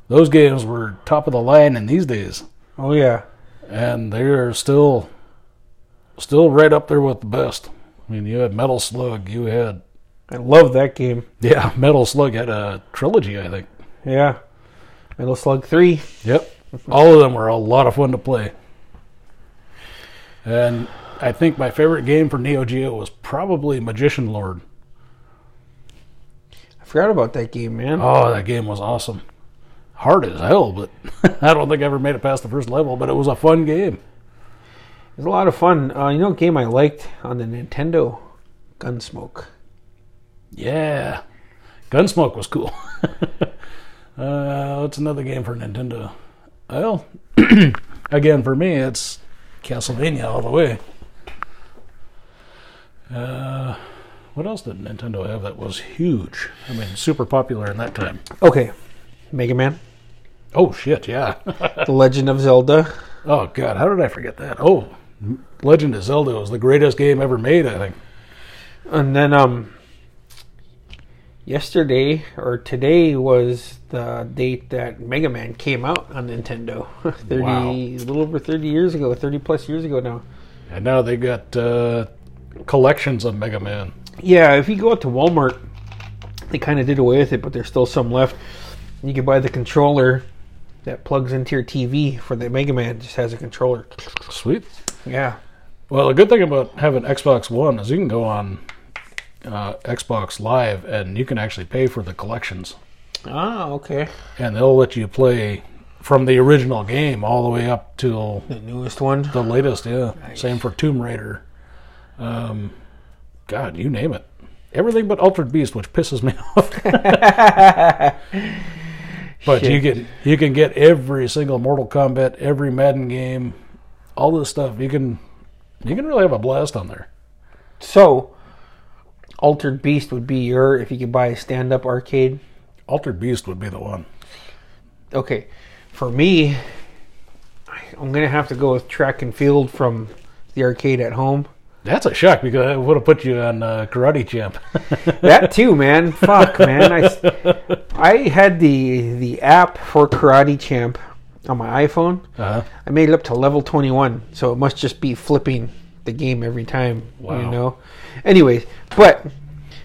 Speaker 1: Those games were top of the line in these days,
Speaker 2: Oh yeah.
Speaker 1: and they are still, still right up there with the best. I mean, you had Metal Slug, you had
Speaker 2: I love that game.
Speaker 1: yeah, Metal Slug had a trilogy, I think.
Speaker 2: Yeah. Metal Slug 3.
Speaker 1: Yep. All of them were a lot of fun to play. And I think my favorite game for Neo Geo was probably Magician Lord.
Speaker 2: I forgot about that game, man.
Speaker 1: Oh, that game was awesome. Hard as hell, but I don't think I ever made it past the first level, but it was a fun game.
Speaker 2: It was a lot of fun. Uh, you know, what game I liked on the Nintendo, Gunsmoke.
Speaker 1: Yeah. Gunsmoke was cool. uh, what's another game for Nintendo? Well, again, for me, it's Castlevania all the way. Uh, what else did Nintendo have that was huge? I mean, super popular in that time.
Speaker 2: Okay, Mega Man,
Speaker 1: Oh, shit, yeah.
Speaker 2: The Legend of Zelda.
Speaker 1: oh, God, how did I forget that? Oh, Legend of Zelda was the greatest game ever made, I think.
Speaker 2: And then um yesterday or today was the date that Mega Man came out on Nintendo. 30
Speaker 1: Wow.
Speaker 2: a little over 30 years ago, 30 plus years ago now.
Speaker 1: And now they got uh, collections of Mega Man.
Speaker 2: Yeah, if you go out to Walmart, they kind of did away with it, but there's still some left. You can buy the controller that plugs into your TV for the Mega Man. It Just has a controller.
Speaker 1: Sweet.
Speaker 2: Yeah.
Speaker 1: Well, the good thing about having Xbox One is you can go on uh, Xbox Live and you can actually pay for the collections,
Speaker 2: Ah, okay.
Speaker 1: and they'll let you play from the original game all the way up till
Speaker 2: The newest one.
Speaker 1: the latest. Yeah, same for Tomb Raider. Um, God, you name it. Everything but Altered Beast, which pisses me off. but you
Speaker 2: Shit.
Speaker 1: get you can get every single Mortal Kombat, every Madden game, all this stuff. You can you can really have a blast on there.
Speaker 2: So, Altered Beast would be your if you could buy a stand-up arcade.
Speaker 1: Altered Beast would be the one.
Speaker 2: Okay, for me, I- I'm gonna have to go with track and field from the arcade at home.
Speaker 1: That's a shock because I would have put you on uh, Karate Champ.
Speaker 2: That too, man. Fuck, man. I, s- I had the the app for Karate Champ on my iPhone.
Speaker 1: uh,
Speaker 2: I made it up to level 21, so it must just be flipping the game every time, you
Speaker 1: Wow.
Speaker 2: know. Anyways, but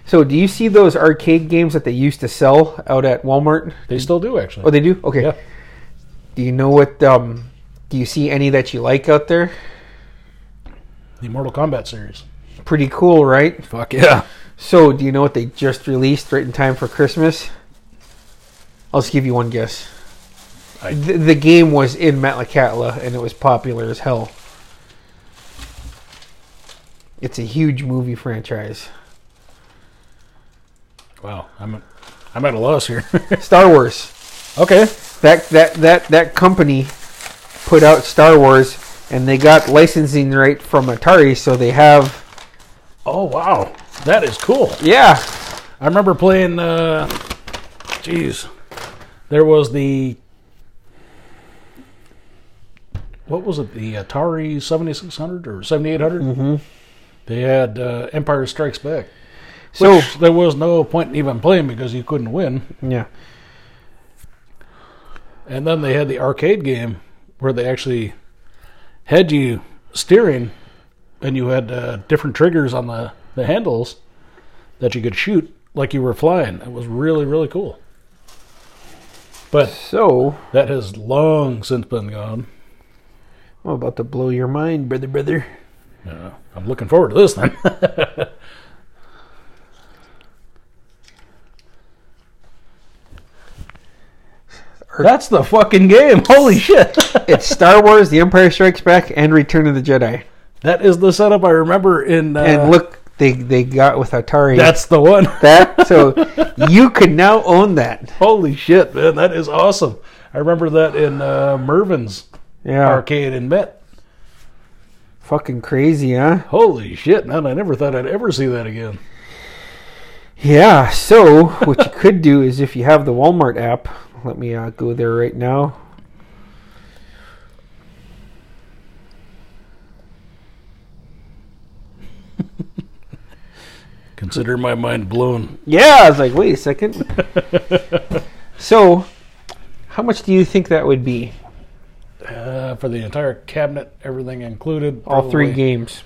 Speaker 2: so do you see those arcade games that they used to sell out at Walmart?
Speaker 1: they still do
Speaker 2: Oh,
Speaker 1: actually.
Speaker 2: they do. Okay.
Speaker 1: Yeah.
Speaker 2: Do you know what? Um, do you see any that you like out there?
Speaker 1: The Mortal Kombat series.
Speaker 2: Pretty cool, right?
Speaker 1: Fuck yeah.
Speaker 2: So, do you know what they just released right in time for Christmas? I'll just give you one guess.
Speaker 1: I-
Speaker 2: Th- the game was in Metlakatla and it was popular as hell. It's a huge movie franchise.
Speaker 1: Wow. I'm at, I'm at a loss here.
Speaker 2: Star Wars.
Speaker 1: okay.
Speaker 2: that that that that company put out Star Wars, and they got licensing right from Atari, so they have
Speaker 1: Oh wow, that is cool.
Speaker 2: yeah.
Speaker 1: I remember playing. uh Jeez, there was the. What was it? The Atari seventy six hundred or seventy eight hundred? Mm-hmm. They had uh, Empire Strikes Back.
Speaker 2: So
Speaker 1: Which there was no point in even playing because you couldn't win.
Speaker 2: yeah,
Speaker 1: And then they had the arcade game where they actually had you steering and you had uh, different triggers on the, the handles that you could shoot like you were flying. It was really, really cool. But
Speaker 2: so
Speaker 1: that has long since been gone.
Speaker 2: I'm about to blow your mind, brother, brother.
Speaker 1: Uh, I'm looking forward to this then. That's the fucking game. Holy shit.
Speaker 2: it's Star Wars, The Empire Strikes Back, and Return of the Jedi.
Speaker 1: That is the setup I remember in. Uh,
Speaker 2: And look, they they got with Atari
Speaker 1: that's the one.
Speaker 2: that, so you can now own that.
Speaker 1: Holy shit, man! That is awesome. I remember that in uh, Mervin's
Speaker 2: Yeah,
Speaker 1: arcade in Met.
Speaker 2: fucking crazy, huh?
Speaker 1: Holy shit, man! I never thought I'd ever see that again.
Speaker 2: Yeah, so what you could do is if you have the Walmart app, let me uh, go there right now.
Speaker 1: Consider my mind blown.
Speaker 2: Yeah, I was like, wait a second. so, how much do you think that would be?
Speaker 1: Uh, for the entire cabinet, everything included.
Speaker 2: All three games.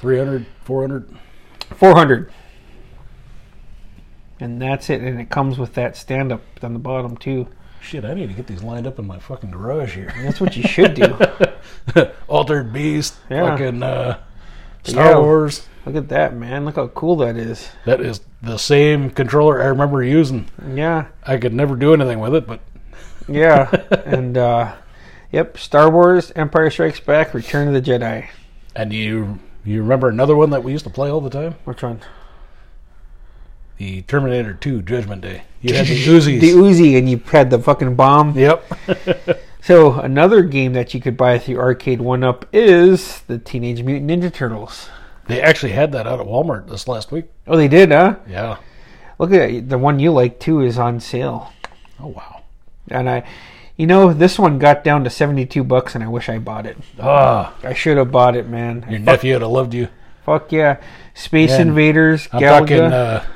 Speaker 1: 300, 400.
Speaker 2: 400. And that's it, and it comes with that stand up on the bottom, too.
Speaker 1: Shit, I need to get these lined up in my fucking garage here.
Speaker 2: That's what you should do.
Speaker 1: Altered Beast,
Speaker 2: Yeah.
Speaker 1: fucking uh, Star
Speaker 2: Yeah.
Speaker 1: Wars.
Speaker 2: Look at that, man. Look how cool that is.
Speaker 1: That is the same controller I remember using.
Speaker 2: Yeah.
Speaker 1: I could never do anything with it, but
Speaker 2: Yeah. and uh yep, Star Wars, Empire Strikes Back, Return of the Jedi.
Speaker 1: and you you remember another one that we used to play all the time?
Speaker 2: Which one?
Speaker 1: The Terminator 2 Judgment Day. You had the Uzis.
Speaker 2: The Uzi and you had the fucking bomb.
Speaker 1: yep.
Speaker 2: So another game that you could buy through Arcade One Up is the Teenage Mutant Ninja Turtles.
Speaker 1: They actually had that out at Walmart this last week.
Speaker 2: Oh, they did, huh?
Speaker 1: Yeah.
Speaker 2: Look at it. the one you like too is on sale,
Speaker 1: Oh wow.
Speaker 2: and I, you know, this one got down to seventy-two bucks, and I wish I bought it.
Speaker 1: Ah,
Speaker 2: I should have bought it, man.
Speaker 1: your nephew would have loved you.
Speaker 2: Fuck yeah, Space
Speaker 1: Man,
Speaker 2: Invaders,
Speaker 1: I'm
Speaker 2: Galaga.
Speaker 1: talking uh,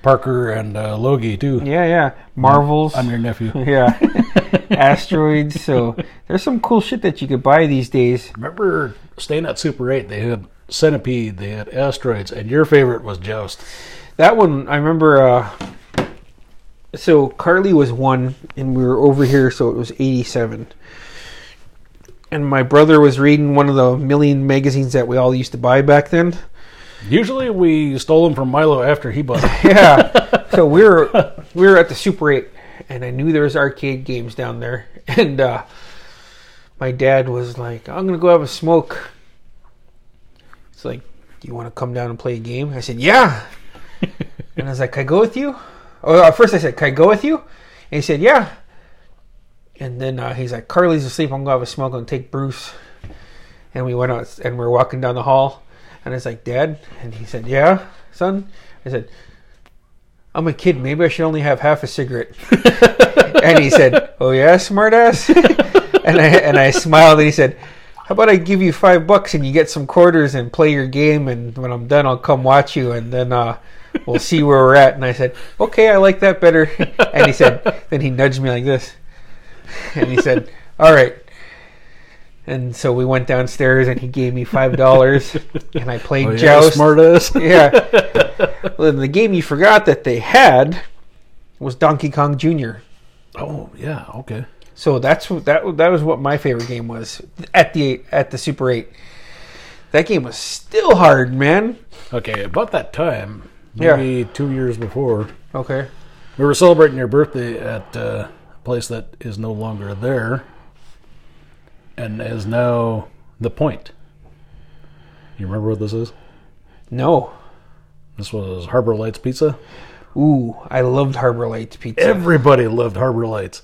Speaker 1: Parker and uh, Logie too.
Speaker 2: yeah, yeah, Marvels.
Speaker 1: I'm your nephew.
Speaker 2: yeah, asteroids. So there's some cool shit that you could buy these days.
Speaker 1: Remember staying at Super 8? They had Centipede, they had Asteroids, and your favorite was Joust.
Speaker 2: That one, I remember. Uh, so Carly was one, and we were over here, so it was 87. And my brother was reading one of the million magazines that we all used to buy back then.
Speaker 1: Usually we stole them from Milo after he bought them.
Speaker 2: Yeah. so we were we were at the Super 8, and I knew there was arcade games down there. And uh, my dad was like, "I'm gonna go have a smoke." It's like, "Do you want to come down and play a game?" I said, "Yeah." and I was like, "Can I go with you?" Oh, at first I said, "Can I go with you?" And he said, "Yeah." And then uh, he's like, "Carly's asleep. I'm gonna have a smoke and take Bruce." And we went out, and we we're walking down the hall, and I was like, "Dad," and he said, "Yeah, son." I said, I'm a kid. Maybe I should only have half a cigarette. and he said, "Oh yeah, smartass." and I and I smiled and he said, "How about I give you five bucks and you get some quarters and play your game and when I'm done I'll come watch you and then uh, we'll see where we're at." And I said, "Okay, I like that better." and he said, then he nudged me like this, and he said, "All right." And so we went downstairs and he gave me five dollars and I played
Speaker 1: Oh, yeah,
Speaker 2: Joust
Speaker 1: smart ass.
Speaker 2: yeah. well, the game you forgot that they had was Donkey Kong Jr.
Speaker 1: Oh yeah, okay.
Speaker 2: So that's what- that. That was what my favorite game was at the at the Super Eight. That game was still hard, man.
Speaker 1: Okay, about that time,
Speaker 2: Yeah.
Speaker 1: maybe two years before,
Speaker 2: Okay.
Speaker 1: we were celebrating your birthday at uh, a place that is no longer there, and is now the Point. You remember what this is?
Speaker 2: No.
Speaker 1: This was Harbor Lights Pizza.
Speaker 2: Ooh, I loved Harbor Lights pizza.
Speaker 1: Everybody loved Harbor Lights.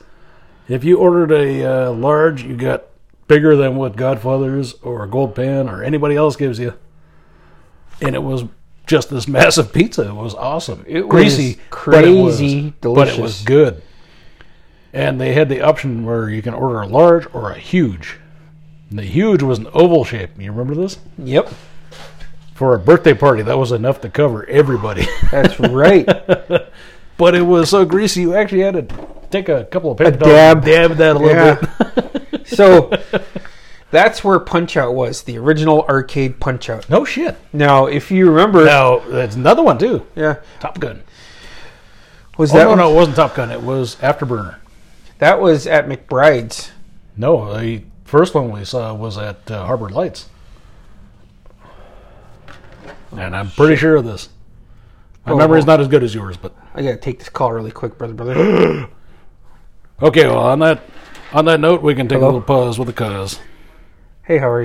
Speaker 1: If you ordered a uh, large, you got bigger than what Godfather's or Gold Pan or anybody else gives you. And it was just this massive pizza. It was awesome.
Speaker 2: It was
Speaker 1: but it was-
Speaker 2: crazy
Speaker 1: But it was
Speaker 2: delicious.
Speaker 1: good. And they had the option where you can order a large or a huge. And the huge was an oval shape. You remember this?
Speaker 2: Yep.
Speaker 1: For a birthday party, that was enough to cover everybody.
Speaker 2: That's right.
Speaker 1: but it was so greasy you actually had to take a couple of paper towels
Speaker 2: dab.
Speaker 1: and dab that a little
Speaker 2: Yeah.
Speaker 1: bit.
Speaker 2: so that's where Punch Out was, the original arcade Punch Out.
Speaker 1: No shit.
Speaker 2: Now, if you remember,
Speaker 1: Now that's another one too.
Speaker 2: yeah,
Speaker 1: Top Gun.
Speaker 2: was
Speaker 1: Oh
Speaker 2: that
Speaker 1: no,
Speaker 2: one-
Speaker 1: no, it wasn't Top Gun. It was Afterburner.
Speaker 2: that was at McBride's.
Speaker 1: No, the first one we saw was at uh, Harbor Lights, and I'm pretty sure of this. My
Speaker 2: Oh,
Speaker 1: memory's
Speaker 2: well.
Speaker 1: not as good as yours, but
Speaker 2: I gotta take this call really quick, brother, brother.
Speaker 1: okay. Well, on that on that note, we can take
Speaker 2: Hello?
Speaker 1: a little pause with a cause.
Speaker 2: hey, how are you?